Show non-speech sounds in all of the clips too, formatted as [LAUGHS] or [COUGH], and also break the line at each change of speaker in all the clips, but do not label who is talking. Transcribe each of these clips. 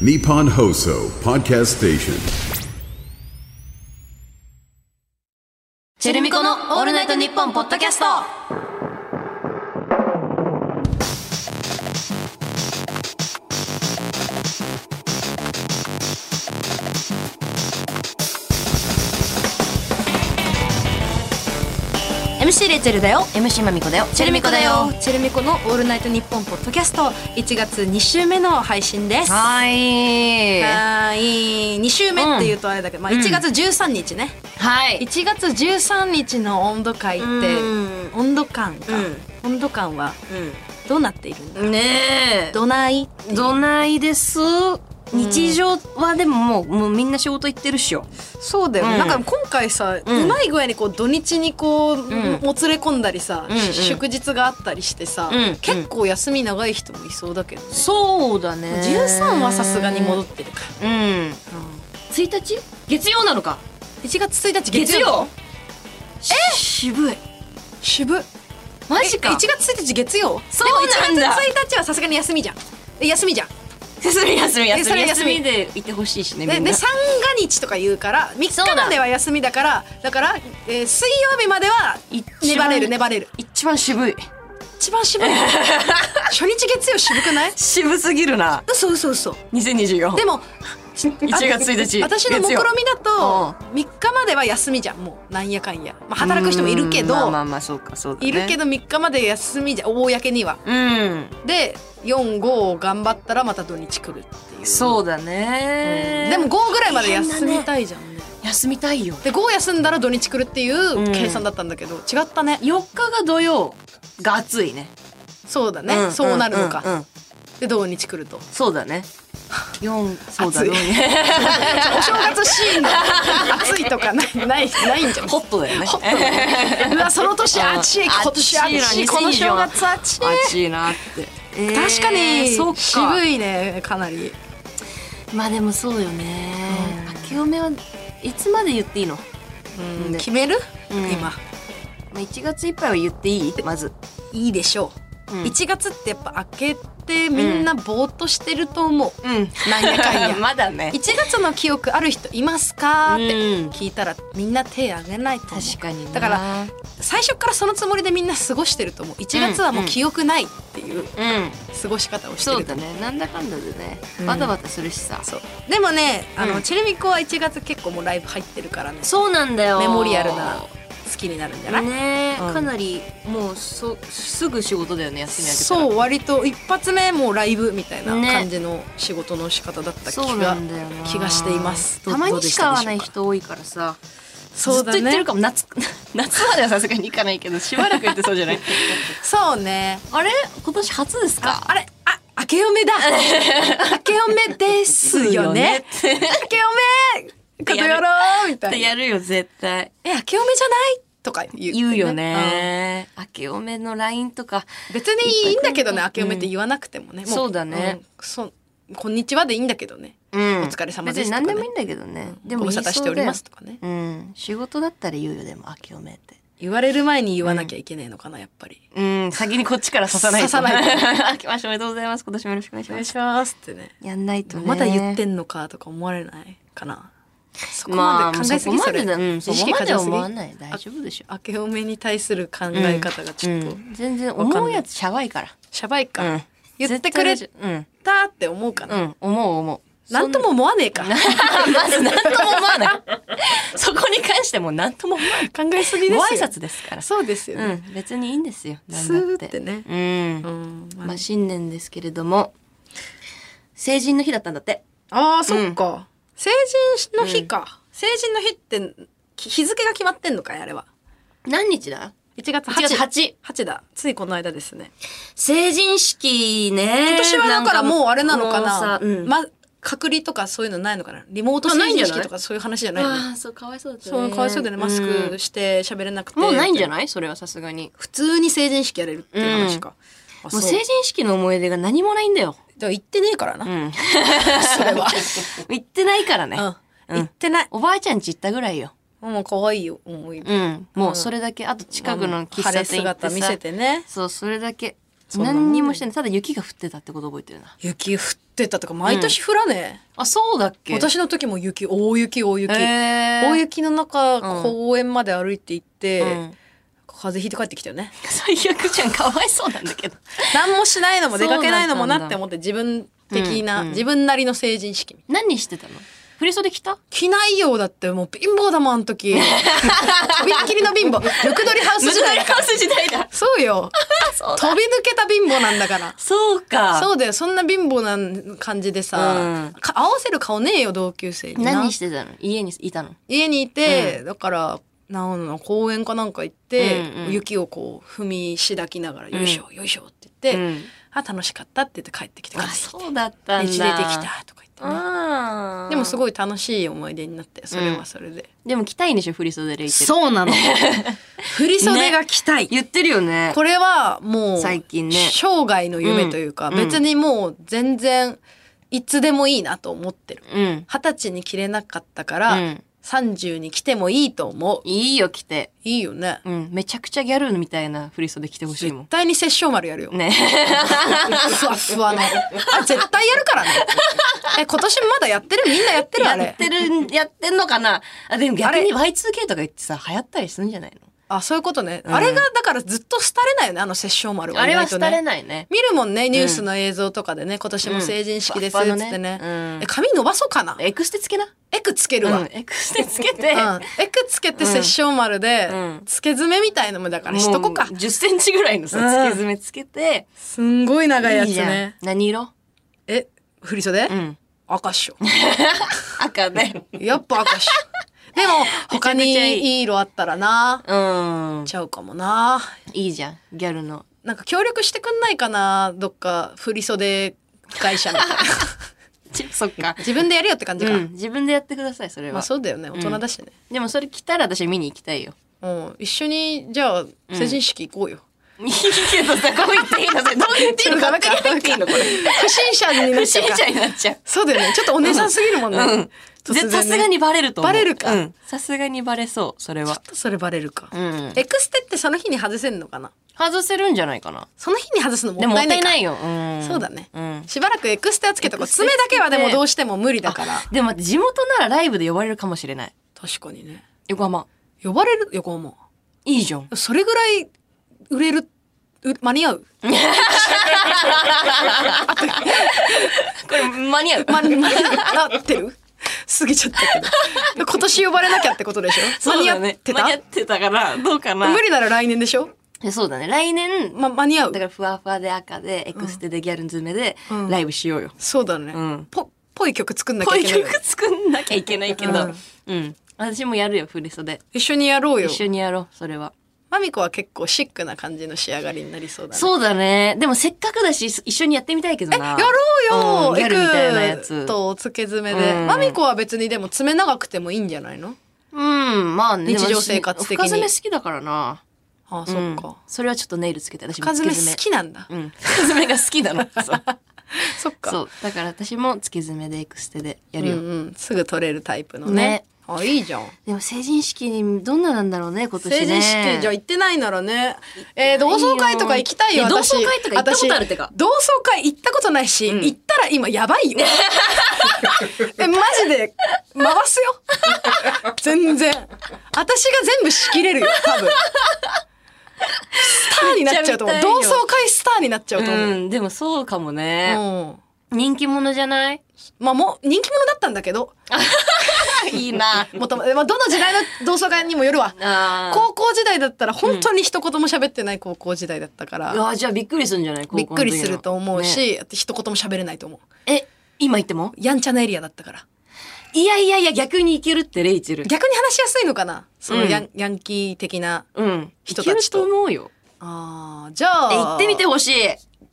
Nippon Hoso Podcast Station.
チェルミコのオールナイトニッポンポッドキャストレチェルだよ MC まみこだよチェルミコだよ
チェルミコのオールナイトニッポンポッドキャスト1月2週目の配信ですは
はい
ーい2週目っていうとあれだけど、まあ1月13日ね、
はい
1月13日の温度会って
うん
温度感が、温度感はどうなっているんだ
ねえ
どない
どないです日常はでももうもうみんな仕事行ってるっしょ
そうだよね、
うん
なんか今回さ、うまい具合にこう土日にこう、もつれ込んだりさ、
んうん
祝日があったりしてさ、
うん
結構休み長い人もいそうだけどね、
そうだね
13はさすがに戻ってるか
うん、1日月曜なのから
1月1日
月
月曜
曜え渋い
渋っ
マ
え
ジか
1月1日月曜
そうなんだ
でも1月1日はさすがに休みじゃんえ休みじゃん
休み休み
えそ
休み休
れ休み
みで行ってほしいしねみ
で
ん
で
な
三が日とか言うから3
そうだ
日までは休みだからだから、えー水曜日までは
一番
粘れる粘れる
一番渋い
一番
[LAUGHS]
渋い初日月曜渋くない
渋すぎるな
嘘嘘嘘
2024 [LAUGHS]
でも
1月1日
あ私の目
月曜
論見だと3日までは休みじゃんもうなんやかんや、まあ、働く人もいるけど、
うんまあまあまあそうかそうだね
いるけど3日まで休みじゃん公には
うん
で45を頑張ったらまた土日来るっていう
そうだね、
でも5ぐらいまで休みたいじゃんね
休みたいよ
で5休んだら土日来るっていう計算だったんだけど、違ったね
4日が土曜が暑いね
そうだね、
ん
そうなるのか、
うんうん
で土日来ると
そうだ [LAUGHS] ね4そうだ
暑い
ね
お正月シーン [LAUGHS] の暑いとかないないないん [LAUGHS] じゃん
[LAUGHS] ホットだよね
ホットだねうわその年あっちい
うん
今年あっ
暑
ち
い
い
な
この正月あっちい
暑いなって、
確かに
そっか
渋いねかなり
まあでもそうよね明けおめはいつまで言っていいの、
うん
ね
決める、
うん
今
まあ、1月いっぱいは言っていいまず、
いいでしょう、
うん
1月ってやっぱ明けてみんなぼーっとしてると思
う
う、
ん、
なんやかん [LAUGHS] や
[LAUGHS] まだね
1月の記憶ある人いますかって
うん
聞いたらみんな手挙げないと思う
確かにな
だから最初からそのつもりでみんな過ごしてると思う1月はもう記憶ないっていう
うん
過ごし方をして
そう
ると
だ
思う
ねなんだかんだでね
うん
バタバタするしさ、
そうでもねあの、
うん
チェルミコは1月結構もうライブ入ってるからね
そうなんだよ
メモリアルな好きになるんじゃない、
ねえ、
うん
かなりもうそすぐ仕事だよね休み明けたら
そう割と一発目もうライブみたいな
ね
感じの仕事の仕方だった気
そう
が、
なんだよな
気がしていますど
たま
ど
に
うで
し
しか
か会わない人多いからさ
そうだ
ずっと行って
ね
るかも夏 [LAUGHS] 夏まではさすがに行かないけどしばらく行ってそうじゃない
そうね
[LAUGHS] あれ今年初です
ああれあ明け嫁だ
[LAUGHS]
明け嫁ですよね
すよね
明け嫁ことやろうみたいな
やるよ絶対
え明け嫁じゃないとか言う,、
言うよね、明けおめの LINE とか
うん別にいいんだけどね明け嫁って言わなくてもね、も
そうだね
うんそこんにちはでいいんだけどね
うん
お疲れ様で
別
す
に
と
何で
かね
もいいんだけどね、で
ご
も
無
言
沙
いそ
汰
う
しておりますとかね
だようん仕事だったら言うよでも明けおめって
言われる前に言わなきゃいけないのかなやっぱり、
うん先にこっちから刺さないと
刺さ
[LAUGHS]
な
明けましておめでとうございます今年もよろしくお願いし
お
ま
願い
す
しますってね
やんないとね
まだ言ってんのかとか思われないかなそこ
ま
ま
あ
で考えす
そ
ぎ
こ
そ
まで
れ、
だうんそ
意
こ
識
ま
過
で
剰
は
すぎ
思わない大丈夫でしょ
明けおめに対する考え方がちょっと、
うん全然
かんない
思うやつシャバいから
シャバいか、
うん
言ってくれ
絶対大丈
たって思うかな、
夫うんうん思う思う
なんとも思わねえか考
そん [LAUGHS] なまず何とも思 [LAUGHS] わないそこに関しても何とも思わない
えすぎですよ
ご挨拶ですから
そうですよ
う
ね、
ん別にいいんですよ
スーってね
うん
うんまあ
まあ、新年ですけれども成人の日だったんだって
あーそっか、成人の日か、成人の日ってき日付が決まってんのかいあれは
何日だ
1月
?1
8
月8
8だついこの間ですね
成人式ね
今年はだからもうあれなのかな
もうさうん
ま、隔離とかそういうのないのかなリモート
あな
成
いんじ
人
ゃない
式とかそういう話じゃないの
ああそうかわいそうだった
そうかわいそうだよねマスクして喋れなくて
もうないんじゃ
い
ないそれはさすがに
普通に成人式やれるっていう話か、あ
も
そう
う成人式の思い出が何もないんだよ
だから行ってねえからな、
うん [LAUGHS]
それは、
行ってないからね、
[LAUGHS] うん、行ってない
おばあちゃんち行ったぐらいよ
もう可愛い思い出
うんもうそれだけあと近くの喫
晴
茶
れ
店行って
姿
さ
見せてね
そうそれだけ
んなもん
何にもしてないただ雪が降ってたってこと覚えてるな
雪降っってたとか、毎年降らね
あ、そうだっ
え、
け
私の時も雪、大雪、大雪。
えー
大雪の中、
うん
公園まで歩いて行って、
うん
風邪ひいて帰ってきたよね。
最悪じゃん。かわいそうなんだけ [LAUGHS] ど。
何もしないのも出かけないのも
そうだったん
な
だ
って思って自分的な、
うんうん
自分なりの成人式
何してたの振り袖着た
着ないようだってもう貧乏だもんあの
[LAUGHS]
時とびっきりの貧乏ムクドリハウス時代だから
ス時代だ。
そうよ
そう
飛び抜けた貧乏なんだから
そうか。
そうだよそんな貧乏な感じでさ、
う
か合わせる顔ねえよ同級生にな
何してたの家にいたの
家にいて、だからなんの公園かなんか行って、
うんうん
雪をこう踏みしだきながら「よいしょよいしょ」って言っ
う
て「
ん
あ楽しかった」って言って帰ってきて帰っ
あ、
てきて
そうだったんだ。
ねじれてきたとか言ってね
あー
でもすごい楽しい思い出になってそれはそれで、
でも着たいんでしょ振り袖でいてる。
うなの [LAUGHS] 振り袖が着たい、
言ってるよね。
これはもう
最近ね
生涯の夢というか、
うん
別にもう全然いつでもいいなと思ってる
うん。
二十歳に着れなかったから、
うん
30に着てもいいと思う
いいよ着て。
いいよね、
うん。めちゃくちゃギャルみたいな振り袖着てほしいも
絶
ん。
対に殺生丸やるよ、
ね。
ふわふわのあ絶対やるからねえ今年まだやってるみんなやってるあ
やって
れ
る、やってん [LAUGHS] のかなあ、でも逆に
あ
Y2K とか言ってさ、流行ったりするんじゃない
あそういうことね、
ん
あれがだからずっと廃れないよねあの殺生丸
の
は
あれは
意外と
廃れ
ね
ないね。
見るもんねニュースの映像とかでね、今年も成人式ですっつって
う
ね,、
んふわふわのねうん
え髪伸ばそうかな
エクステつけな。
エクつけるわ、
うん、エクステつけて。
うん、エクつけて殺生丸で、
うん
つけ爪みたいのもだからしとこか
もう10センチぐらいのさ、
うん
付け爪つけて。
すんごい長いやつ
いいじゃん
ね。
何色
え振り袖、
うん。
赤っしょ
赤
[LAUGHS]
ね。
やっぱ赤っ
[LAUGHS]
しょでも他に
めちゃめちゃいい
いい色あったらな
うん。
ちゃうかもない
いじゃん。ギャルの。 [LAUGHS]
なんか協力してくんないかなどっか振り袖会社みたいな
ちそっか。
自分でやるよって感じ
う
か、
ん。自分でやってください、それ
まあ
は。
そうだよね大人だしね、
でもそれ着たら私見に行きたいよ。
うん、一緒にじゃあ成人式行こうよ、
いいけどさ、こう言っていいの
[LAUGHS]
それどう言っていいのか
ちょっとなんか
分かんなくていいのこれ。
不審者になっ
不
ちゃ
審
うか
者になっちゃう。
そうだよねちょっとお姉さんすぎるもんね、
うん
突然ね
さすがにバレると思う。
バレるか
うんさすがにバレそう、それ
ちょっ
は。
とそれバレるか、
うん。
エクステってその日に外せんのかな
外せるんじゃないかな。
その日に外すのもっ
でもも
た
っ
い
た
ない
い
か
ないよ。うん。
そうだね
うん。
しばらくエクステはつけとこう爪だけはでもどうしても無理だから
でも待って地元ならライブで呼ばれるかもしれない。
確かにね
横浜。
呼ばれる横浜
いいじゃん。
それぐらい売れるう間に合う
これ間に合 [LAUGHS] う。
間に合ってる過ぎちゃったけど今年呼ばれなきゃってことでしょ間
そう
に合
だ
っ
ね
て
間
た、
に合ってたから、どうかな
無。理なら来年でしょ、
えそうだね。来年、
ま、間に合う
だからふわふわで赤で、エクステでギャル詰めで、
うん
ライブしようよ。
そうだね、
うん
ぽぽい曲作んなき
こ
ゃ
う
い
い
けないうよ
曲作んなきゃいけないけど。
う
うんん。私もやるよ、振り袖。
一緒にやろうよ
一緒にやろう、それは。
マミコは結構シックな感じの仕上がりになりそうだね
そうだね。でもせっかくだし、一緒にやってみたいけどな。
やろう
ん
よ、
ギャルみたいなや
エ
つ。
クとつけ爪で、
うん
マミコは別にでも爪長くてもいいんじゃないの
うん、まあね。
日常生活的
私
に
深爪好きだからな。
ああそっ
うん
か、
それはちょっとネイルつけて、私も
深爪
付
好
け
きなんだ、
爪。うん。深爪が好きな
[LAUGHS]
の。そう
そっか
そう。だから私も付け爪でエクステでやるよ。
うんうん、すぐ取れるタイプのね
ね
あいいじゃん、
でも成人式にどんななんだろうね、今年ね。
成人式じゃ行ってないならねえー同窓会とか行きたいよ
いや
私
同窓会とか行ったことあるってか
私同窓会行ったことないし、行ったら今やば
[LAUGHS]
いよえマジで回すよ全然私が全部仕切れるよ多分スターになっちゃうと思う
めっちゃ
同
見たいよ
窓会スターになっちゃうと思う、
うん、でもそうかも
う
ね。
ん
人気者じゃない
まあもう人気者だったんだけど
いいな。
もともまあどの時代の同窓会にもよるわ
[LAUGHS] あー
高校時代だったら本当に一言も喋ってない高校時代だったから、
うわじゃあびっくりするんじゃない高校
びっ
の時の
くりすると思う
ね
し、一言も喋れないと思う
え、今言っても
やんちゃなエリアだったから
いやいやいや、逆にいけるって、レイチェル。
逆に話しやすいのかなその
うん
ヤン,、ヤンキー的な
うん。
人
人
た
た
ち
ち
と
と思うよ。
あーじゃあ
え、行ってみてほしい。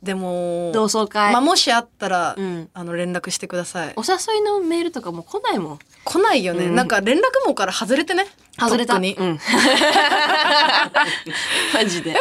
でも
同窓会
まあ、もしあったら、
うん
あの連絡してください
お誘いのメールとかも来ないもん。
来ないよね、
うん
なんか連絡網から外れてね
外れ
と
た。
っくに、 [LAUGHS]
うん。マジで。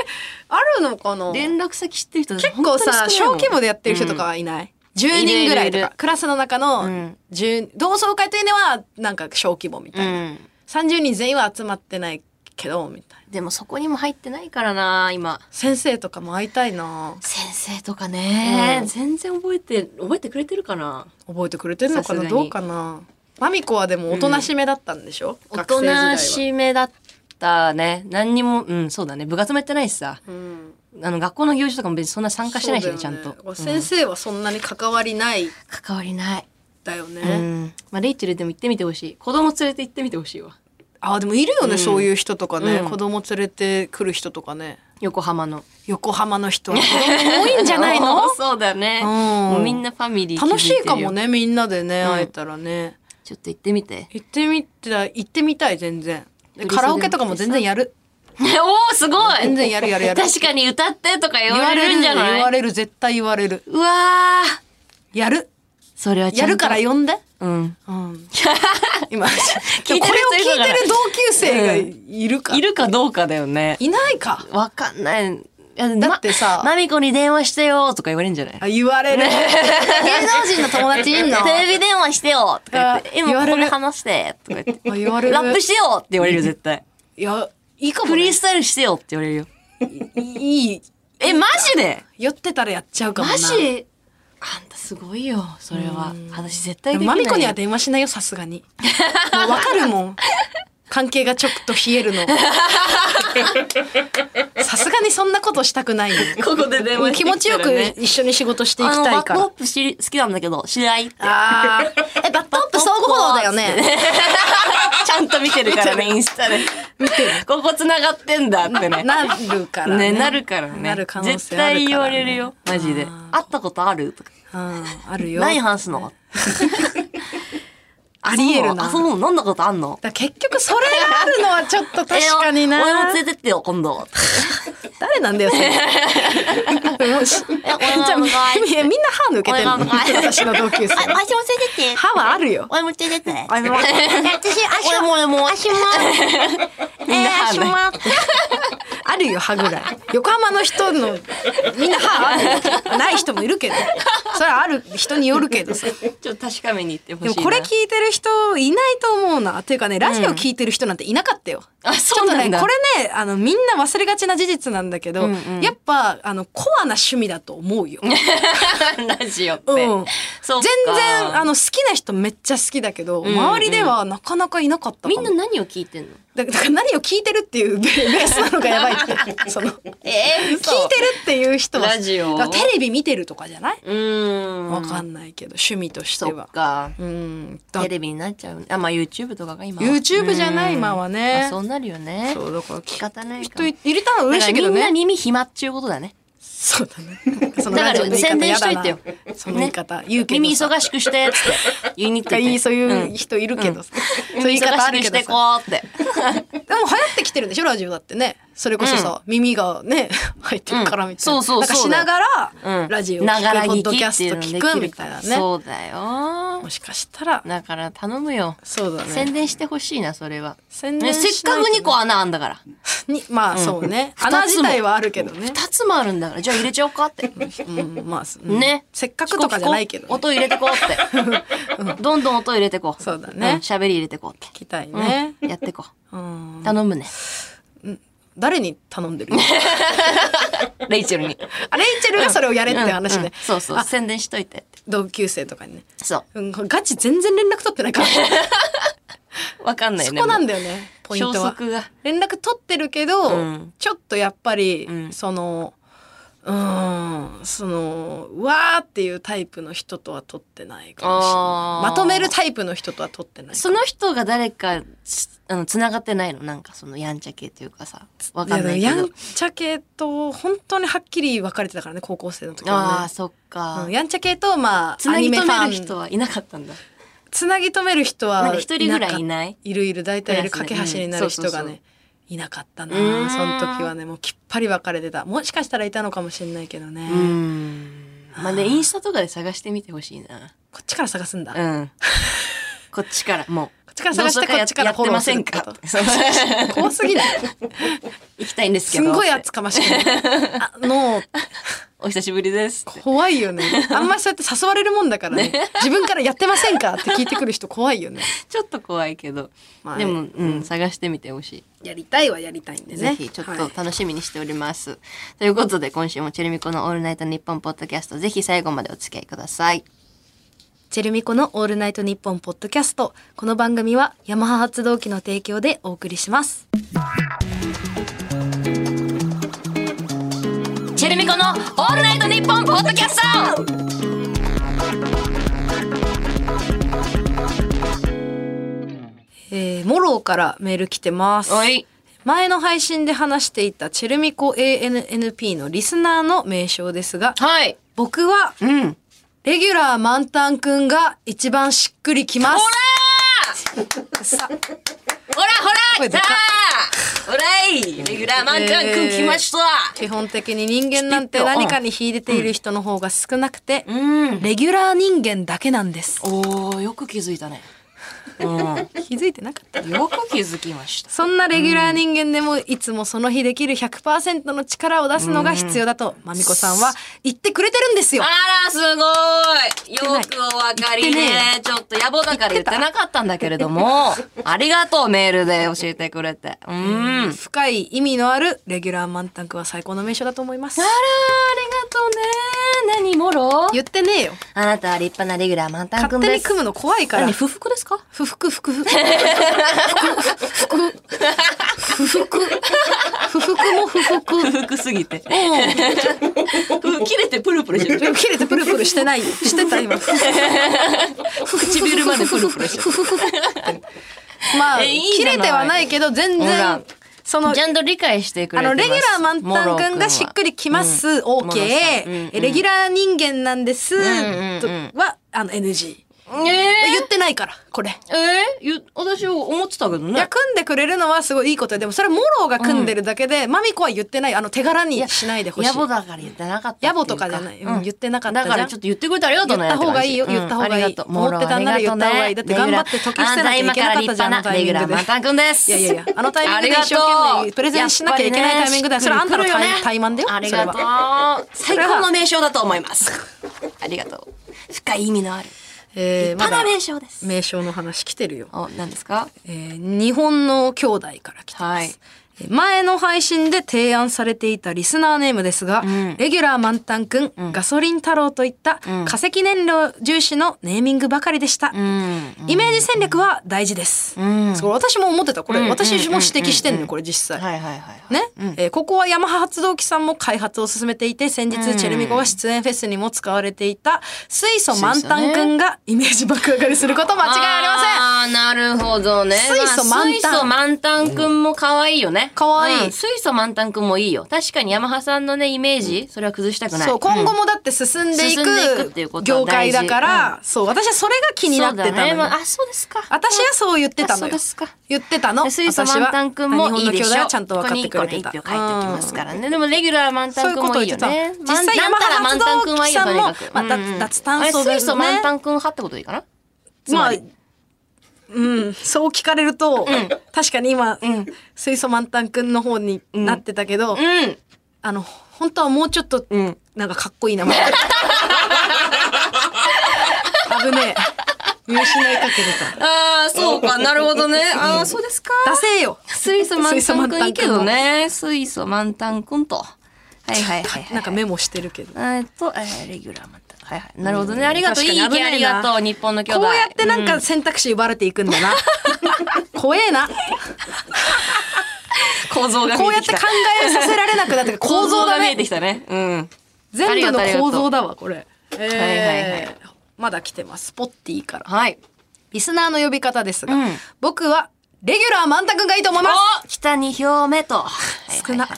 あるのかな
連絡先知ってる人
結構さ小規模でやってる人とか
は
はいない、10人ぐらいと
いるいるい
か
る
クラスの中の
うん
10同窓会というのはなんか小規模みた
う
いな、
ん。
30人全員は集まってないけどみたいな
でもそこにも入ってないからな今
先生とかも会いたいな
先生とかね、
うん
全然覚えて覚えてくれてるかな
覚えてくれてるのか
さ
な
すがに
どうかなマミコはでもおとなしめだったんでしょ、
お
学生
と
時代は
なしめだったね何にもうんそうだね部活もやってないしさ
うん
あの学校の行事とかも別にそんな参加してないしねち
そ
ゃ
うんだよ
と
ね、先生はそんなに関わりない
関わりない、
だよね、
うんまあ、レイチェルでも行ってみてほしい子供連れて行ってみてほしいわ
あでもいるよね、そういう人とかね、
うん
子供連れてくる人とかね
横浜 [LAUGHS] の
横浜の人は子供多いんじゃな
[LAUGHS]
いの
おーそうだね、
うん
もうみんなファミリー
楽しいかも
ね
ねみんなでね、
うん
会えたらね
ちょっと行ってみて
行ってみた行ってみたい全然で
振り袖
カラオケとかも全然やる
[LAUGHS] おおすごい
全然やるやるやる
確かに歌ってとか言われるんじゃない
言われる絶対言われる
うわー
やる
それはちゃ
や
んと
るから呼んで
うん [LAUGHS]
うん、今
聞いてる人いるか
こ
ら
れを聞いてる同級生がいるか、
いるかどうかだよね
いないか
わかんないいや
だってさ
まナミコに電話してよとか言われるんじゃない
あ言われる芸能人の友達 [LAUGHS] いんの
テレビ電話してよとか言って、
あ言
今
わ
こ
れ
こ
る
で話してとか言って、
あ言われる
ラップしてよって言われるよ、絶対。
いやいいかも、
フ
ね、
リースタイルしてよって言われるよ。
いい
え、マジで
酔ってたらやっちゃうかもな
マジあんたすごいよ、それは。私絶対
で
でき
も
な
マ
いよ。
ミコには電話しないよさすがにもうわかるもん関係がちょっと冷
[LAUGHS]
えるのさすがにそんなことしたくないよ
[LAUGHS] ここで電話して
気
きたらね
持ちよく一緒に仕事していき
あの、
た
バ
い
ッ
か
クホッ
ら
プし好きなんだけど、知り合
[LAUGHS]
いって。 [LAUGHS]
あーえバットアップ相互フォローだよね
ちゃんと見てるからね、インスタで。見てる。ここ繋がってんだってね。
[LAUGHS] なるからね
ね、なるからね。
なる可能性ある
絶対言われるよ、
か
マ
らね
ジで。会ったことあるとか。
うんあるよ
何話す
[LAUGHS]
のあ
りえるな
あ、そうなの飲んだことあんの
だ結局それがあるのはちょっと確かにな、
え俺も連れてってよ、今
[LAUGHS]
度。
誰なんだよそ [LAUGHS] れよし
え、俺が
じゃあみ
向かい。
みんな歯抜けてるの
俺が向かい
私の同級生
あ、足もついてって。
歯はあるよ
俺もついてって。
あの
私、足
俺も
も。
俺も。
足も。
みんな歯
え
ね
ー足も。
あるよ歯ぐらい横浜の人のみんな歯あるよない人もいるけどそれはある人によるけどさ
ちょっと確かめに行ってほし
で
い
も
な。
これ聞いてる人いないと思うなっていうかねラジオ聞いてる人なんていなかったよ、
あ、
ち
そ
ょ
う
っと
な
ね
んだ。
これねあのみんな忘れがちな事実なんだけど、
んうん
やっぱあのコアな趣味だと思うよ。
[LAUGHS] ラジオって。
うん
そっか
全然あの好きな人めっちゃ好きだけど、
ん
周りではなかなかいなかったか
み
も
んな何を聞いてんの
だだから何を聞いてるっていう [LAUGHS] ベベースなのがやばいって
[LAUGHS]
その聞いてる
えー、聞い
っていう人は
ラジオ
だからテレビ見てるとかじゃないう
ーん。
わかんないけど趣味として
そっ
は
か。
うんだ
テレビになっちゃうね。あ、まあ YouTube とかが今は。
YouTube じゃない
うん
今はね
あそうなるよね。
そうだから
仕方ないか
人い入れたの嬉しいけど
だからみんな
ね
耳暇っちゅうことだ
[LAUGHS]
ね。
そうだねその
だから
ラジオの言い
宣
方
伝
や
しと
だ
い
な
てよ
その言い方言うけど
耳
さ
忙しくしてって
[LAUGHS]
言いに行って
なんかいいそう
うん
いう人いるけどさ、そういう言い
耳
方あ
忙
る
しく
け
して
どさ
こうって。
でも流行ってきてるんでしょラジオだってねそれこそさ、耳がね [LAUGHS] 入ってるからみたいな、
うんそうそうそう
なんかしながら、
うん
ラジオ
なが
聞
ら
くポッド
聞
キ
き
ャ
ってい
ス
う
ト
の
聞
でき
く
る
み
か
たいな
ら。
ね
そうだよ
も。しかしたら
だから頼むよ。
そうだ
宣
ね
伝してほしいな、それは。
宣
ね、
伝しない
せっかく2個穴あんだから。
にまあそうね、
うん
穴自体はあるけどね、
2つもあるんだから、じゃあ入れちゃおうかって。
うん、まあ、うん
ね。
せっかくとかじゃないけど、
聞
ね
こ、音入れてこうって。どんどん音入れてこう。
そうだね
ん喋り入れてこうって。
聞きたい
うん
ね、
やってこう。
うん、
頼むね。
誰に頼んでる
レイチェルに。
あレイチェルがそれをやれって話
うんう
ね
ん、そうそう。宣伝しといてって。
同級生とかにね、
そ
うん、ガチ全然連絡取ってないから
う。わかんない
そ
ね。
こなん
もう
だよねポイント
消
は
息が。
連絡取ってるけど、
うん
ちょっとやっぱり、
ん
そのうーんそのうわーっていうタイプの人とは取ってないかもしれ
あ
な
ー
いまとめるタイプの人とは取ってない
その人が誰かつあの繋がってないのなんかそのやんちゃ系というかさわかんない
い
け
やでも
ど
やんちゃ系と本当にはっきり分かれてたからね高校生の時
あ
は
あ
ね
そっか、
うんやんちゃ系とまあ
つなぎ止
ア
める
ニメフ
人
ァン
はいなかったんだ
つなぎ止める人は
なんか一人ぐらいい
い
ない
いるいる大体いる
クラ
架
ス
け
で
橋になる
う
人
んそう
が
そうそう
ねいなかったな
ーん
その時はねもうきっぱり分かれてたもしかしたらいたのかもしれないけどね、
うんまあねインスタとかで探してみてほしいな
こっちから探すんだ、こ [LAUGHS]
うんこっちからもうこっ
っちから探してこっちから
やっ
フォ
て
ロー
ますせ
る
ん
ってこ
か
と
そう
怖 [LAUGHS] すぎない
行きたいんですけ
す
ど
んごい厚かましくないあの
お久しぶりですって
怖いよねあんまそうやって誘われるもんだからね自分からやってませんかって聞いてくる人怖いよね
ちょっと怖いけど、
まあ
でも、うん、探してみてほしい。
[LAUGHS] やりたいはやりたいんで
ぜひちょっと楽しみにしております。ということで今週もチェルミコの「オールナイトニッポン」ポッドキャストぜひ最後までお付き合いください。
チェルミコのオールナイトニッポンポッドキャストこの番組はヤマハ発動機の提供でお送りします
チェルミコの「オールナイトニッポン」ポッドキャスト
えー、モローからメール来てます
おい
前の配信で話していたチェルミコ ANNP のリスナーの名称ですが
はい
僕は
うん
レギュラー満タンくんが一番しっくりきますさ
ほらほ
声
ら
で
来
か
たほらいレギュラーマンちゃんくん来ました、
基本的に人間なんて何かに秀でている人の方が少なくて、
うん
レギュラー人間だけなんです
おーよく気づいたねうん
気づいてなかった
よく気づきました
そんなレギュラー人間でもいつもその日できる100%の力を出すのが必要だとまみこさんは言ってくれてるんですよ
あら、すごいよくお分かり
言って
ね。ちょっと野暮だから言ってなかったんだけれども、ありがとうメールで教えてくれて。うん。あら、ありが
深い意味のあるレギュラー満タンくんは最高の名称だと思います
とうね。何もろ
言ってねえよ
あなたは立派なレギュラー満タンく
勝
ん
手
で
に
す。
組むの怖いから
何、不服ですか
ふふくふくふくふふくふふくふふくもふふく
不服すぎて。うん。切れてプルプルしてる。
切れてプルプルしてないよ [LAUGHS] してた今唇
唇までプルプルしてる。
[LAUGHS] まあ
えいい
切
じゃな
れ
い
てはないけど全
ほら
然その
ちゃんと理解してくれてま
あの
す。
レギュラー満タンくんがしっくりきますオー
モロさん
ケ
うん
ーレギュラー人間なんです
ん
と
うん
はあの NG
モロー君は。え
言ってないからこれ
ー、えーゆ私は思ってたけど
いや
ね。
組んでくれるのはすごいいいことででもそれはモローが組んでるだけでマミコは言ってないあの手柄にしないでほしい
野暮だから言ってなかったっていう
野暮とかじゃない、うん
うん
言ってなかっ
だ
たじゃん
からちょっと言ってくれてありがとうね。
言った方がいいよ
って感じ
言った方
うんあ
がいい
りがとう
思ってたんなら言った方がいいだって頑張って時捨てなきゃいけなかったじゃん
あなた今から立派なレギュラーマタン君です。
いやいやいやあのタイミングで
ありがとう
一生懸命プレゼンしなきゃいけないタイミングだよそれはあんたの
やっぱり
怠慢だよ
ありがと
そうれ。
最高の名称だと思います。ありがとう。深い意味のある。
えーま
た
だ
だ名称です。
名称の話来てるよ、
お、何ですか
えー日本の兄弟から来てま
は
す、
い
えー前の配信で提案されていたリスナーネームですが、レギュラー満タンくん、ガソリン太郎といった化石燃料重視のネーミングばかりでした、
うん。
イメージ戦略は大事です、そう私も思ってたこれ、私も指摘してんのよこれ実際、
はいはいはいはい。
ね、えーここはヤマハ発動機さんも開発を進めていて先日チェルミコが出演フェスにも使われていた水素満タンくんがイメージ爆上がりすること間違いありません
あーなるほどね。
水素満タン
まあ水素満タンくんも可愛いよね。
可愛い
うん水素満タンくんもいいよ。確かにヤマハさんのね、イメージ、それは崩したくない。
そう今後もだって進んでい
進んでいくっていう
く
ことは
業
大
界
事
だから、そう私はそれが気になってた
そうだ
の
ね
よ、
まああ、そうですか。
私はそう言ってたの
あそう
よ
ですか。
言ってたの
水素満タンくんもいいでし
私は日本の兄弟
ょ。
はちゃんと分かってく
ここ
れてた
に一個ね一票書いておきますからね。でもレギュラー満タンくんもいいよ
そういう
ね
こ。とを言ってた
満
実際
なんたら満タンくんはいいよとにか
山
く。
原発動機さんも
う
ま
ん
あ脱炭素だよね
あれ水素満タンくん派ってことでいいかな
まあ
つまり
うん、そう聞かれると、確かに今、水素満タンくんの方になってたけ
う
ど、
ん。
あの本当はもうちょっと、なんかかっこいい
[LAUGHS]
名前危ねえ見失いかけてた
ああ、そうか。なるほどね。ああ、そうですか。
出せよ
水素満タンくんいいけどね。水素満タンくんと。はいはいはい、はい。
なんかメモしてるけど
えーっと、えーレギュラー満タン。はいはい。なるほどね。ありがとう。
確
い
か
い
に
意見
危な
あ
い
り
な
がとう。日本の兄弟。
こうやってなんか選択肢奪われていくんだ [LAUGHS] な怖えな
構造が見
こうや
え
って
き
て
た。
考えさせられなくなって構造だ
が見え
ね
てきたね。うん。
[LAUGHS] 全部の
ありがとう
構造だわこれえー
はいはいはい
まだ来てますポッティから
はい。
リスナーの呼び方ですが、
うん
僕はレギュラー満タンくんがいいと思います
お北に票目と。[LAUGHS]
少な。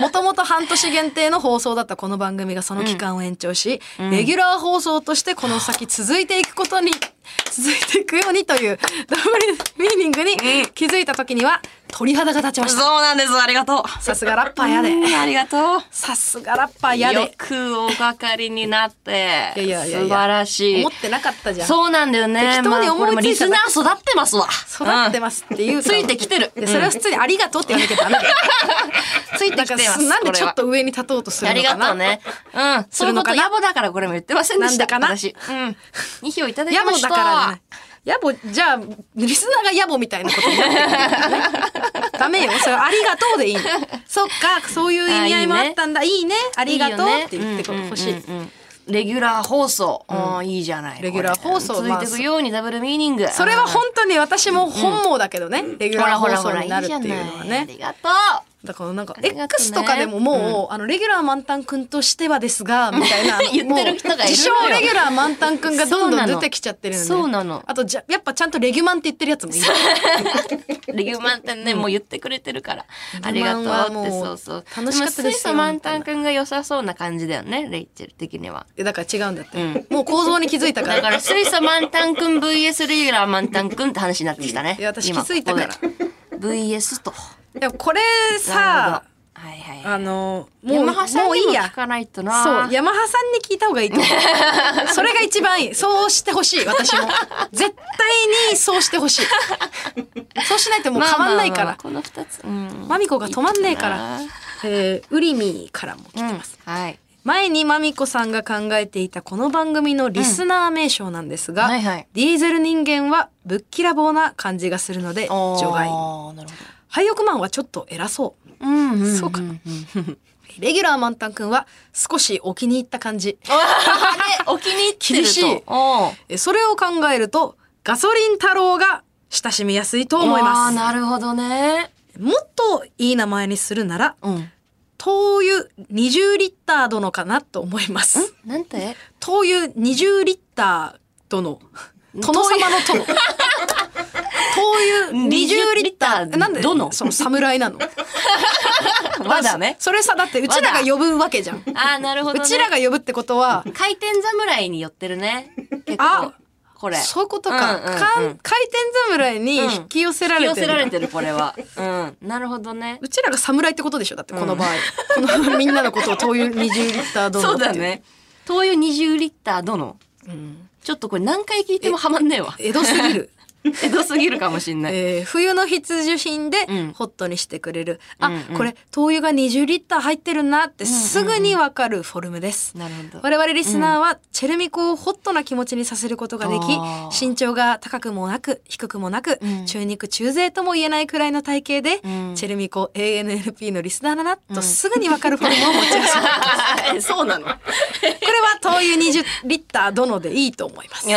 もともと半年限定の放送だったこの番組がその期間を延長し、レギュラー放送としてこの先続いていくことに [LAUGHS] 続いていくようにというダブルミーニングに気づいた時には鳥肌が立ちました
そうなんです。ありがとう。
さすがラッパーやで
うんありがとう。
さすがラッパーや
よ
で
くおがかりになって、
いやいやいやいや
素晴らしい
思。ってなかったじゃん
そうなんだよね。
適当に思いつ
ま
いただけ
あこれもリスナー育ってますわ。
育ってますっていう
うんついてきてる
いやそれは普通にありがとうって言わなきゃダメだよ
ついてきて
だか
ま
ら
す。
なんでちょっ
こと
上に立とうとす
れは。
る
あ
の
りが
か
と
な
うね。 [LAUGHS] うん。そういうこと、
するのかな
野暮だからこれも言ってませんでした。
なんでかな
私。うん。2票いただき
野
ま
暮
した。
だからね野暮じゃあリスナーが野暮みたいなことになってる、ね、ダメよそれありがとうでいいのそっかそういう意味合いもあったんだいいねありがとうって言ってほしい
いいよねうんうんうんレギュラー放送、うん、いいじゃない
レギュラー放送
これ
まあ
続いていくようにダブルミーニング
それは本当に私も本望だけどね、レギュ
ほ
ラー
らほ
放
らほ
送
ら
になるっていうのは
あ
ね
りがとう
だからなんか
ありがとうね
X とかでももう、あのレギュラー満タンくんとしてはですがみたいな
[LAUGHS] 言ってる人がいるのよ
もう自称レギュラー満タンくんがどん
そう
ど
なん
出
の
てきちゃってるよね
そうなの
あとじゃやっぱちゃんとレギュマンって言ってるやつもいる
レギュ満タンね、もう言ってくれてるから。あ
レ
り
ギュ
が
マンは
とうって、
もう
そうそう。
楽しかったです
で
よ
も水素満タンくんが良さそうな感じだよね、レイチェル的
[LAUGHS]
には。
えだから違うんだって、
ん
もう構造に気づいたから
だから、水素満タンくん VS レギュラー満タンくんって話になってきたね。
いや私気づいたから
今ここで VS と。
でもこれ
な
さ
るほどはいはいはい。
あのもう
山
も
葉さん
うい
にも
い
聞
や
かないとな。
そうヤマハさんに聞いた方がいいと思う
[LAUGHS]
それが一番いいそうしてほしい私も絶対にそうしてほしいそうしないともう
まあ
変
まあま
わ
あ
んないから、
この二つ。うん。
マミコが止まんねえか
い
ら
いか。
えー、ウリミーからも来て
うん
ます。
はい。
前にマミコさんが考えていたこの番組のリスナー名称なんですが、
うんはいはい
ディーゼル人間はぶっきらぼうな感じがするので
おー
除外。
なるほ
ハイオクマンはちょっと偉そう。
ど。うんうん。
そうかな。レギュラー満タンくんは少しお気に入った感じ。
お気に入ってると。
厳しい
おー
えそれを考えるとガソリン太郎が親しみやすいと思い
あー
ま
なるほどね。
す。もっといい名前にするなら、
うん。
灯油20リッター殿かなと思います。
なんて
灯油20リッター殿。殿様の殿。灯油20リッタ
20
ー。なんで
殿
その侍なの。
[LAUGHS] まだね。
それさ、だってうちらが呼ぶわけじゃん。
あーなるほど、
う
ね。
ちらが呼ぶってことは、
回転侍に寄ってるね。結構。
あ
これ。
そういうことか。
うんうんうん
かん回転侍に引き寄せら
引き
れ
寄
て
せ
るん
ら
だ。
れてる、これは。うん。なるほどね。
うちらが侍ってことでしょだってこの場合。このみんなのことを灯油20リッター殿
そう
ってい
だ。ね。灯油20リッター殿。ちょっとこれ何回聞いてもハマんねえわ。
江戸す
[LAUGHS]
ぎる。
江戸すぎるかもしんない。
えー冬の必需品で
うん
ホットにしてくれる、
うんうん
あこれ灯油が20リッター入ってるなってすぐにわかるフォルムです、
なるほど。
我々リスナーはチェルミコをホットな気持ちにさせることができ、
あー
身長が高くもなく低くもなく、
うん
中肉中背とも言えないくらいの体型で、
うん
チェルミコ ANLP のリスナーだなとすぐにわかるフォルムを持ち合わ
[LAUGHS]
せ
えそうなの。
これは灯油20リッターどのでいいと思います。で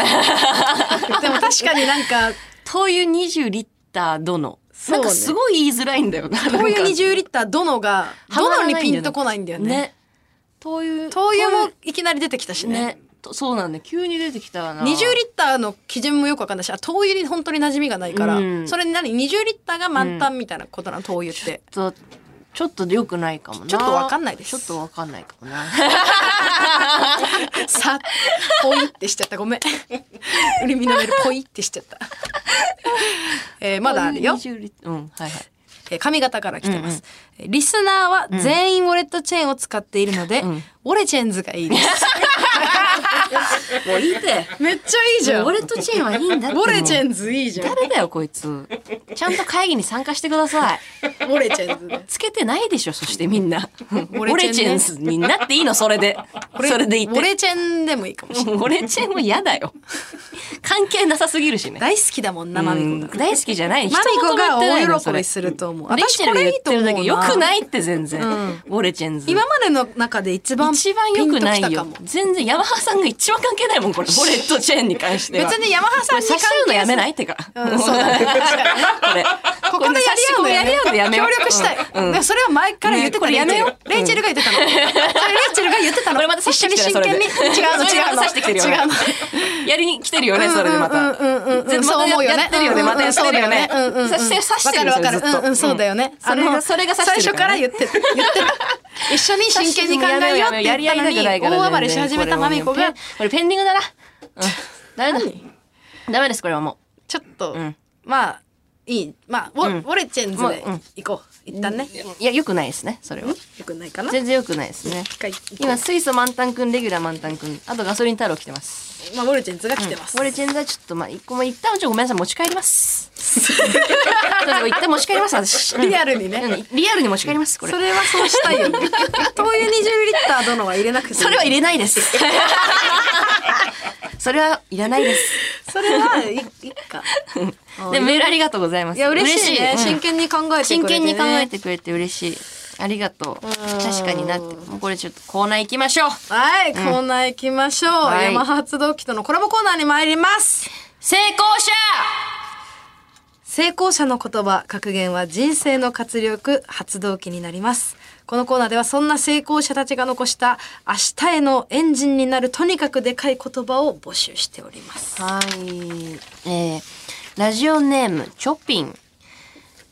も確かになんか
灯油20リッター殿。
そ
な
うね
んかすごい言いづらいんだよな。
灯
なん
油
か
20リッターどのがどのにピンとこないんだよね。
灯油
灯油もいきなり出てきたしね。
ねとそうなんだ急に出てきたな
20リッターの基準もよくわかんないし、あ灯油に本当に馴染みがないから、
うん
それに何 ?20 リッターが満タンみたいなことなの、灯油って。
ちょっとちょっと良くないかもな
ちょっとわかんないです
ちょっとわかんないかも [LAUGHS] な
さ、ポイってしちゃった。ごめん。売り身のメールポイってしちゃった。えーまだあるよ。
20リッターうんはいはい
えー髪型から来てます、えーリスナーは全員ウォレットチェーンを使っているので、ウォレチェンズがいいです
もういい [LAUGHS] って
[LAUGHS] めっちゃいいじゃん
ウォ
ウ
レットチェーンはいいんだって
ォレチェ
ン
ンズいいじゃんウ
誰だよこいつちゃんと会議に参加してください
ォレチェンズね
つけてないでしょそしてみん
[LAUGHS]
なオレ
レ
チ
チ
ェ
ェ
ン
ン
スになっていいのそれでそれでいて
ウォレチェンでもいいかもしれない
オレチェンも嫌だよ関係なさすぎるしね
大好きだもんなマミコ
うん
が
大好きじゃない
マミコが
一言も言ってないの
大
そ
喜
れ
びすると思う
レイチェ
私こ
ル
れい
言
い
って
と思
る
う
だけよくないいって全然、
うん
ウォレチェンズ
今までの中で一番
一番良
ピン
く
と
な
き
い
たか
よ
も
全然ヤマハさんが一番関係ないもんこ
[LAUGHS]
れウォレットチェーンに関しては
別にヤマハさんに
差
関
し合うの
係
やめないいってか、
うんそうだね確かに
これ
[LAUGHS] ここでやり合うの
これ差し込み
やめよ
やり合うのやめよ
協
う
力した
う
い、
んうん
でもそれは前から言ってた
ねこれやめよう
レイチェルレイチェルが言ってたの、それレイチェルが言ってたの
これまた刺してきてる
一緒に真剣に
それで
違うの
それ
違うの
刺してきてるよね
違うの
やりに来てるよねそれでまた、
うんうんうんうん
全部
そう思うよね
やってるよね
うんうん
またやってるよね
そうだうんうんうん
刺して刺してるよ
わかるわ
そ
か
れずっと
るうんうんそうだよね、
それがそれが刺して
最
る
初から言ってた [LAUGHS] 言ってた一緒に真剣に考えようって言ったのに大暴れし始めたマミコが
これペンディングだな、うん、誰だダメですこれはも
ちょっと、
ん
まあいいまあウォ,、
うん
ウォレチェンズで
もううん
行こう、一旦ね
ういや良くないですねそれは
よくないかな
全然良くないですね
一回行こう
今水素満タンくんレギュラー満タンくんあとガソリン太郎来てます
まあウォレチェンズが来てます、
これジェンダーちょっとまあ一個も一旦ちょっとごめんなさい持ち帰りますそう一旦持ち帰ります私
リアルにね、
うんリアルに持ち帰りますこれ
それはそうしたいよね灯油20リッター殿は入れなくて
それは入れないです。それはいらないです。
それはいいいっか
でメールありがとうございます。
いや嬉しいね
嬉
真
うん
剣に考えてくれて、ね、
真剣に考えてくれて嬉しい。ありがとう。確かになって。もうこれちょっとコーナー行きましょう。
はい、コーナー行きましょう、
はい
ヤマハ発動機とのコラボコーナーに参ります
成功者
成功者の言葉格言は人生の活力発動機になりますこのコーナーではそんな成功者たちが残した明日へのエンジンになるとにかくでかい言葉を募集しております
はい。えー、ラジオネーム、チョピン。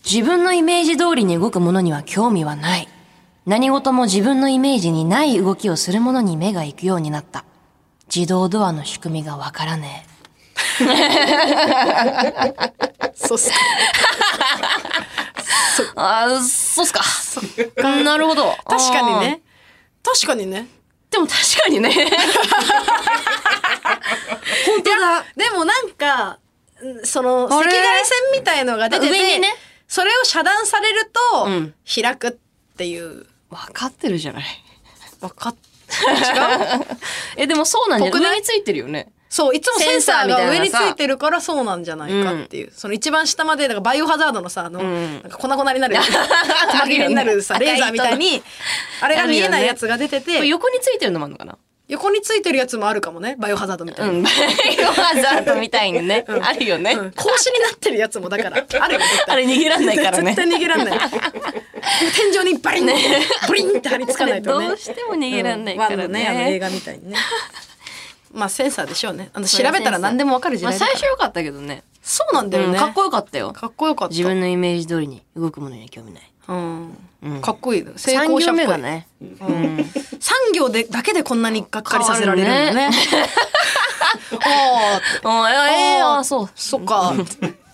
自分のイメージ通りに動くものには興味はない。何事も自分のイメージにない動きをするものに目が行くようになった。自動ドアの仕組みがわからねえ。
そうっすか
あーそうっすか。なるほ [LAUGHS] ど。
確かに
あー。
ね確かにね
でも確かにね。 [LAUGHS]
本当だでもなんかうんその赤
あ
外
れ
線みたいのが出てて
上にね
それを遮断されると、
ん
開くっていう
分かってるじゃない。
分かっ
え、でもそうなんじゃ
ぽくない
上についてるよ [LAUGHS] ね。
そういつもセンサーが上に
セ
つ
ンサーみたいなさ
いてるからそうなんじゃないかっていう、その一番下までだからバイオハザードのさあの、なんか粉々
[LAUGHS]
になる細切れになるさ
赤い糸
レーザーみたいにあれが見えないやつが出て
これ
て
横についてるのもあるのかな
横についてるやつもあるかもねバイオハザードみたいな、
うん。バ [LAUGHS] イオハザードみたいにね。あるよね。
うん格子になってるやつもだ
[LAUGHS]
からあるよ絶
あ
対
れ逃げらんないからね
絶対逃げらんない天井にバリンブリンって張り付かないとね
どうしても逃げらんないからね
うんワンのあの映画みたいに
[LAUGHS]
ねまあセンサーでしょうねあの調べたら何でもわかる時代
ま
だか
あ
ら、
最初良かったけどね。
そうなんだよね、
うんかっこよかったよ。
かっこよかった
自分のイメージ通りに動くものには興味ない。
うんかっこいい成
三行
功者っぽ
目
い
がね。うん。
産業でだけでこんなにがっかりさせられるんだね [LAUGHS] あー
あーえー、あーそう。
そっか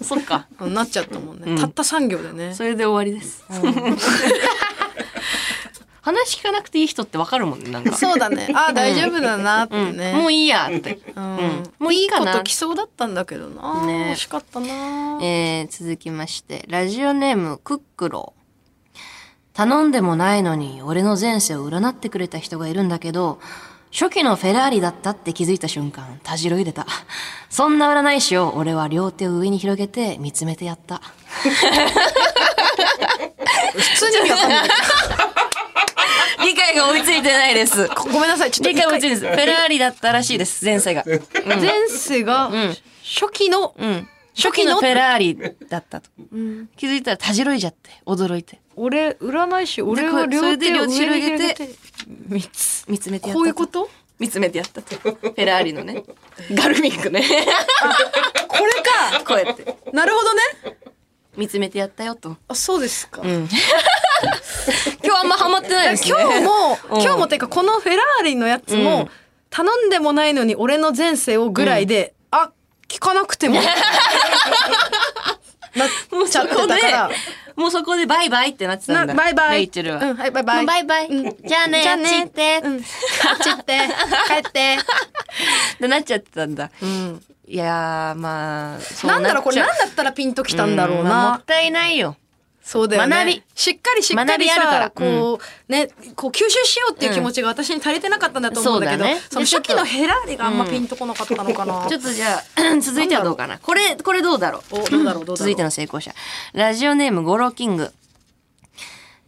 そっ
[LAUGHS]
か。
なっちゃったもんね、たった産業でね
それで終わりです。 [LAUGHS] 話聞かなくていい人ってわかるもんね、なんか。
そうだねあー大丈夫だなってね、
もういいやって。
うん
もういいか
こ
な
と来そうだったんだけどな、
ね
惜しかったな
えー、続きまして、ラジオネーム、クックロー。頼んでもないのに、俺の前世を占ってくれた人がいるんだけど、初期のフェラーリだったって気づいた瞬間、たじろいでた。そんな占い師を俺は両手を上に広げて見つめてやった。
普通に意味わ
[LAUGHS]
かんない
理解が追いついてない [LAUGHS] です。
ごごめんなさいちょっと
理解
一
が追
回
いついてないです。フェラーリだったらしいです、前世が。
前世が初期の、
初期のフェラーリだったと。気づいたらたじろいじゃって、驚いて。
俺占い師俺は両手を上に広げて
見つ見つめてやった
こういうこと
見つめてやったとフェラーリのねガルミックね
これか
こうやって
なるほどね
見つめてやったよと
あそうですか、
今日あんまハマってないですね
今日も、 [LAUGHS]
うん
今日もてかこのフェラーリのやつも、
うん
頼んでもないのに俺の前世をぐらいで、あ聞かなくても [LAUGHS] なっちゃってたから
もうそこでバイバイってなってたんだ
なバイバイ
レイチェルは、
うんはいバイバイ
バイバイじゃあね
じゃあね
あっち行って
うん、あっち行って帰って
ってなっちゃってたんだ、いやーまあそ
[LAUGHS] なんだろうこれ
なっちゃ
何だったらピンときたんだろう
うんまあも
な
っ。たいないよ
そうだよね。
学び
しっかりしっか
学
り
びあるから
さ、こう、ね、こう吸収しようっていう気持ちが私に足りてなかったんだと思うんだけど、
そ
そう
だね
の
でちょ
初
っと
期のヘラーリがあんまピンとこなかったのかな。
ちょっとじゃあ [CLEARS THROAT] 続いてはどうかなこれこれどうだろう
おどうだろうどうだろう
続いての成功者ラジオネームゴロキング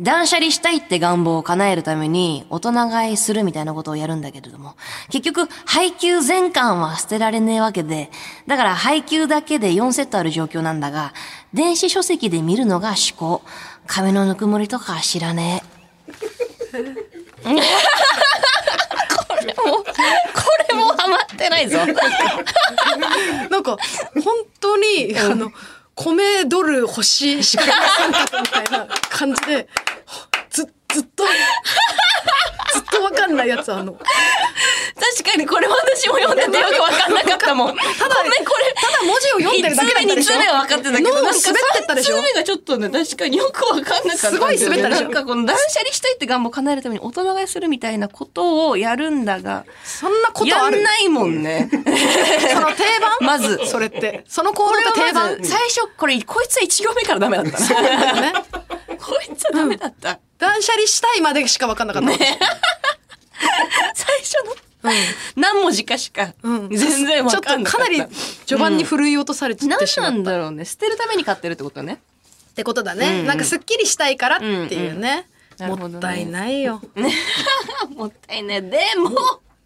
断捨離したいって願望を叶えるために大人買いするみたいなことをやるんだけれども結局配給全巻は捨てられねえわけでだから配給だけで4セットある状況なんだが電子書籍で見るのが思考紙のぬくもりとかは知らねえ [LAUGHS] これもハマってないぞ
なんか、本当に、あの、米ドル欲しいしかなかったみたいな感じで、ず、ずっと、ずっととわかんないやつあんの。
確かにこれ私も読んでてよく分かんなかった [LAUGHS] もん。ただ、ごめんこれ。
ただ文字を読んでるだけだったでしょ
一通目、二通目は分かってたけど、
脳
な
が
んか
滑ってったでしょ
三通目がちょっとね、確かによく分かんなかったんだよね。
すごい滑ったでしょ
なんかこの断捨離したいって願望を叶えるために大人買いするみたいなことをやるんだが、
そんなこと
や
あ
ん
る
ないもんね。
その定番
まず
それって。その行動
[LAUGHS] これ
って定
はま
番
ず、最初、これ、こいつは1行目からダメだったな。
だよね。
こいつはダメだった。
断捨離したいまでしかわかんなかった。
最初の、何文字かしか、全然
ち
分
ょっ
か
と
んな
か
かった。
なり序盤にふるい落とされてしまっ
何
た。
なんだろうね。捨てるために買ってるってことね。
ってことだね、なんかすっきりしたいからってい
うんう
うね、
んなるほどね
もったいないよ、
[LAUGHS] もったいね。でも、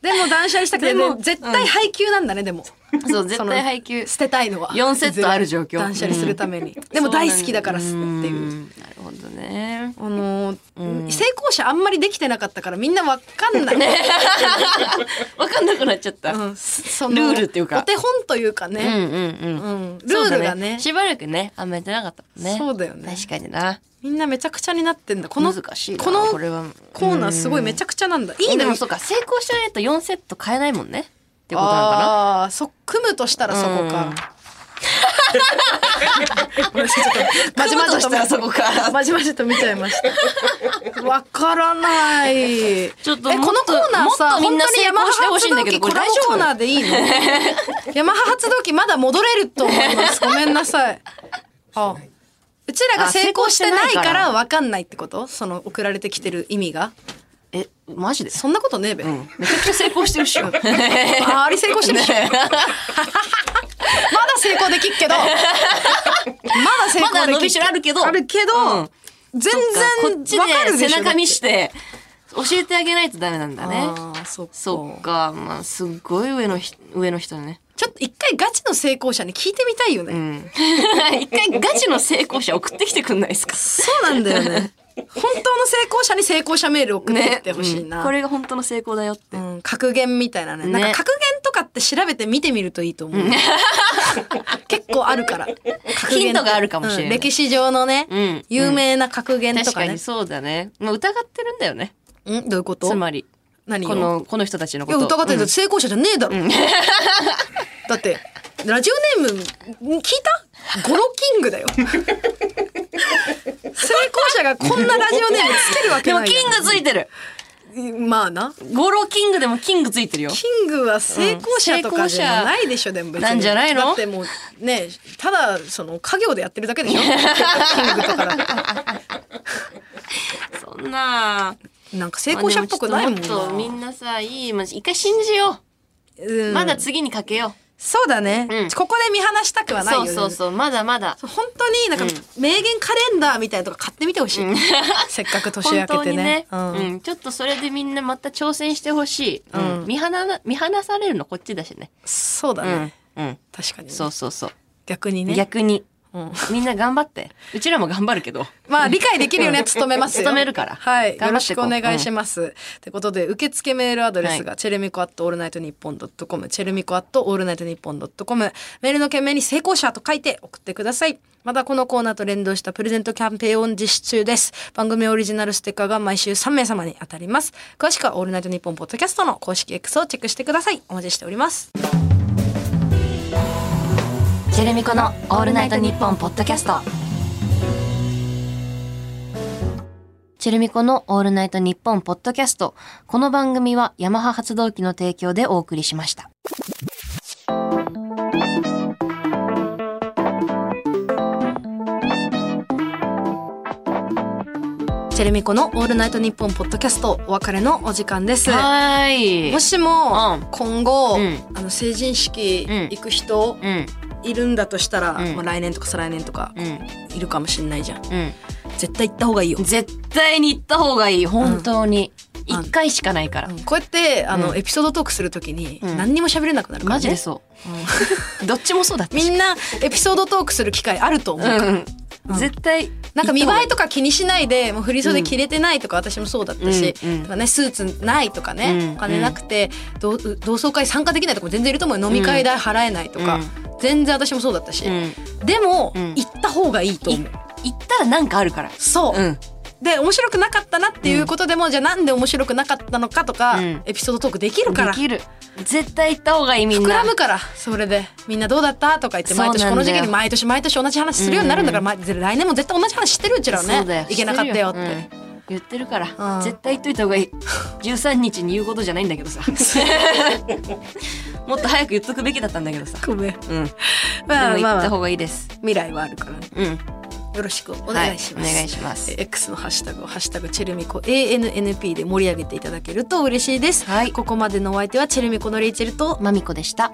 でも断捨離したくて
でも
ね絶対配給なんだねでも
そう、絶対配給。
捨てたいのは
4セットある状況
断捨離するために、でも大好きだからすっていう。
んなるほどね。
あのー成功者あんまりできてなかったからみんなわかん
[LAUGHS]
ない、
わかんなくなっちゃった。
うんその
ルールっていうか
お手本というか
うんう
ね、
んうん。
うんル
そう
ー
だ
ルがね
しばらくね、あんまやってなかったもんね。
そうだよね
確かにな。
みんなめちゃくちゃになってんだこの
難しいな
この
これは
コーナーすごいめちゃくちゃなんだ、い
い
い
いで
の
も
よ
そうか、成功しないと4セット買えないもんね。ってことなのかな。
ああーそ組むとしたらそこか、 [LAUGHS]
組む
まじまじと
としたらそこか
[LAUGHS] まじまじと見ちゃいました。
[LAUGHS]
わからない。
ちょっと
え
もっ
ことのコーナーさ、
もっとみんな
本当に山
成功してほしいんだけど
コラボ
これ大丈夫
コーナー
[LAUGHS]
でいいの？ヤマハ発動機まだ戻れると思
[LAUGHS]
います。ごめんなさい。あ、うちらが成功してないからわかんないってこと？その送られてきてる意味が。
え、マジで
そんなことねえべ。
めちゃくちゃ成功してるっ
[LAUGHS]
しょ。
ああり成功してるでし [LAUGHS] ょ。まだ成功できっ
[LAUGHS]
けど。まだ成功できっけ
まだ伸びしろあるけど
あるけ
う
ど
ん、
全
こっち
然わかる
で
でしょ。
背中見して、教えてあげないとダメなんだね。
あーそっか
そっか、まあ、すっごい上のひ、上の人ね。
ちょっと一回ガチの成功者に聞いてみたいよね、
[LAUGHS] 一回ガチの成功者送ってきてくんないですか
そうなんだよね本当の成功者に成功者メール送ってきてほしいな、
うんこれが本当の成功だよって。
うん格言みたいなね
ね
なんか格言とかって調べて見てみるといいと思う、 [LAUGHS] 結構あるから格言
ヒントがあるかもしれない
うん歴史上のね、
ん
有名な格言と
確
か
か
ね
に、そうだね。もう疑ってるんだよね。
うん、どういうこと
つまり。
何を
この、この人たちの
い
こ
や
と。
疑って
う
るだ
ん
って成功者じゃねえだろ、 [LAUGHS] だってラジオネーム聞いたゴロキング
[LAUGHS]
だよ成功者がこんなラジオネームつけるわけ
でも
ない
キングついてる
ングまあな
ゴロキングでもキングついてるよ。
キングは成功者とかじゃないでしょ、でも別に
なんじゃないの
だってもうねただその家業でやってるだけで
[LAUGHS]
しょキングとかだって
そんな。
なんか成功者っぽくないもん
まあでちょっともっとみ
なん
なさ、いい、まあ一回信じよ
う
う。
ん
まだ次にかけよ
そうだね、
うん
ここで見放したくは
う。
ないよ
そう
ね
そうそう、まだまだ。
本当になんか名言カレンダーみたいなのとか買ってみてほしい、せっかく年明
[LAUGHS] 本
け
当
て
に
ね
ね、
う
うんんちょっとそれでみんなまた挑戦してほしい、うん見放な見放されるのこっちだしね
そうだ
う
ね
ん、うん
確かにね
そうそうそう、
逆にね
逆に、
ん
みんな頑張ってうちらも頑張るけど
まあ理解できるよね努めますよ
努めるから
はいよ
頑張
ろ
って
し
い
く
こ
お
う
願いします、ってことで受付メールアドレスが、チェルミコアットオールナイトニッポンドットコムチェルミコアットオールナイトニッポンドットコムメールの件名に成功者と書いて送ってくださいまたこのコーナーと連動したプレゼントキャンペーンを実施中です番組オリジナルステッカーが毎週3名様に当たります詳しくはオールナイトニッポンポッドキャストの公式 X をチェックしてくださいお待ちしております
ジェレミコの「オールナイトニッポン」ポッドキャストチェルミコのオールナイトニッポンポッドキャスト。この番組はヤマハ発動機の提供でお送りしました。
チェルミコのオールナイトニッポンポッドキャストお別れのお時間です
はーい。
もし
う
も
ん
今後、
うん
あの成人式
うん
行く人
うん、
いるんだとしたら、
うん
まあ、来年とか再来年とか
う
いるかもしんないじゃん
うん。
絶対行った方がいいよ、
絶対に行った方がいい、本当に。一、回しかないから。
こうやってあの、
うん
エピソードトークするときに
うん
何にも喋れなくなるから、ね
マジでそう。 [LAUGHS] どっちもそうだった
みんなエピソードトークする機会あると思う、
うんうん、絶対。
なんか見栄え
か。
とか気にしないでもう振り袖着れてないとか私もそうだったし、
うんうん
とかね、スーツないとかね、
うん
お金なくて同同窓会参加できないとかも全然いると思うよ飲み会代払えないとか、
うん
全然私もそうだったし、
うん。
でも、
うん
行った方がいいと
い
思う
行ったらなんかあるから。
そう、
うん。
で面白くなかったなっていうことでも、じゃあなんで面白くなかったのかとか、
うん
エピソードトークできる
で
から
きる絶対行った方がいいみん
膨
な
らむからそれでみんなどうだったとか言って毎
そ
年
う
こ
な
の
んだ
時
よ
期に毎年毎年同じ話するようになるんだから、ま来年も絶対同じ話してるうちらは
そうだよ
ねいけなかったよって、
知るようん言ってるから、
うん
絶対言っといた方がいい13日に言うことじゃないんだけど
[LAUGHS]
さもっと早く言っとくべきだったんだけどさ
ごめん
うんでも
まあま
言
あ
った
まあ
方がいいです
未来はあるからね
うん
よろしくお願いします、
はいお願いします
えー X のハッシュタグをハッシュタグチェルミコ ANNP で盛り上げていただけると嬉しいです、
はい
ここまでのお相手はチェルミコのレイチェルと
まみこでした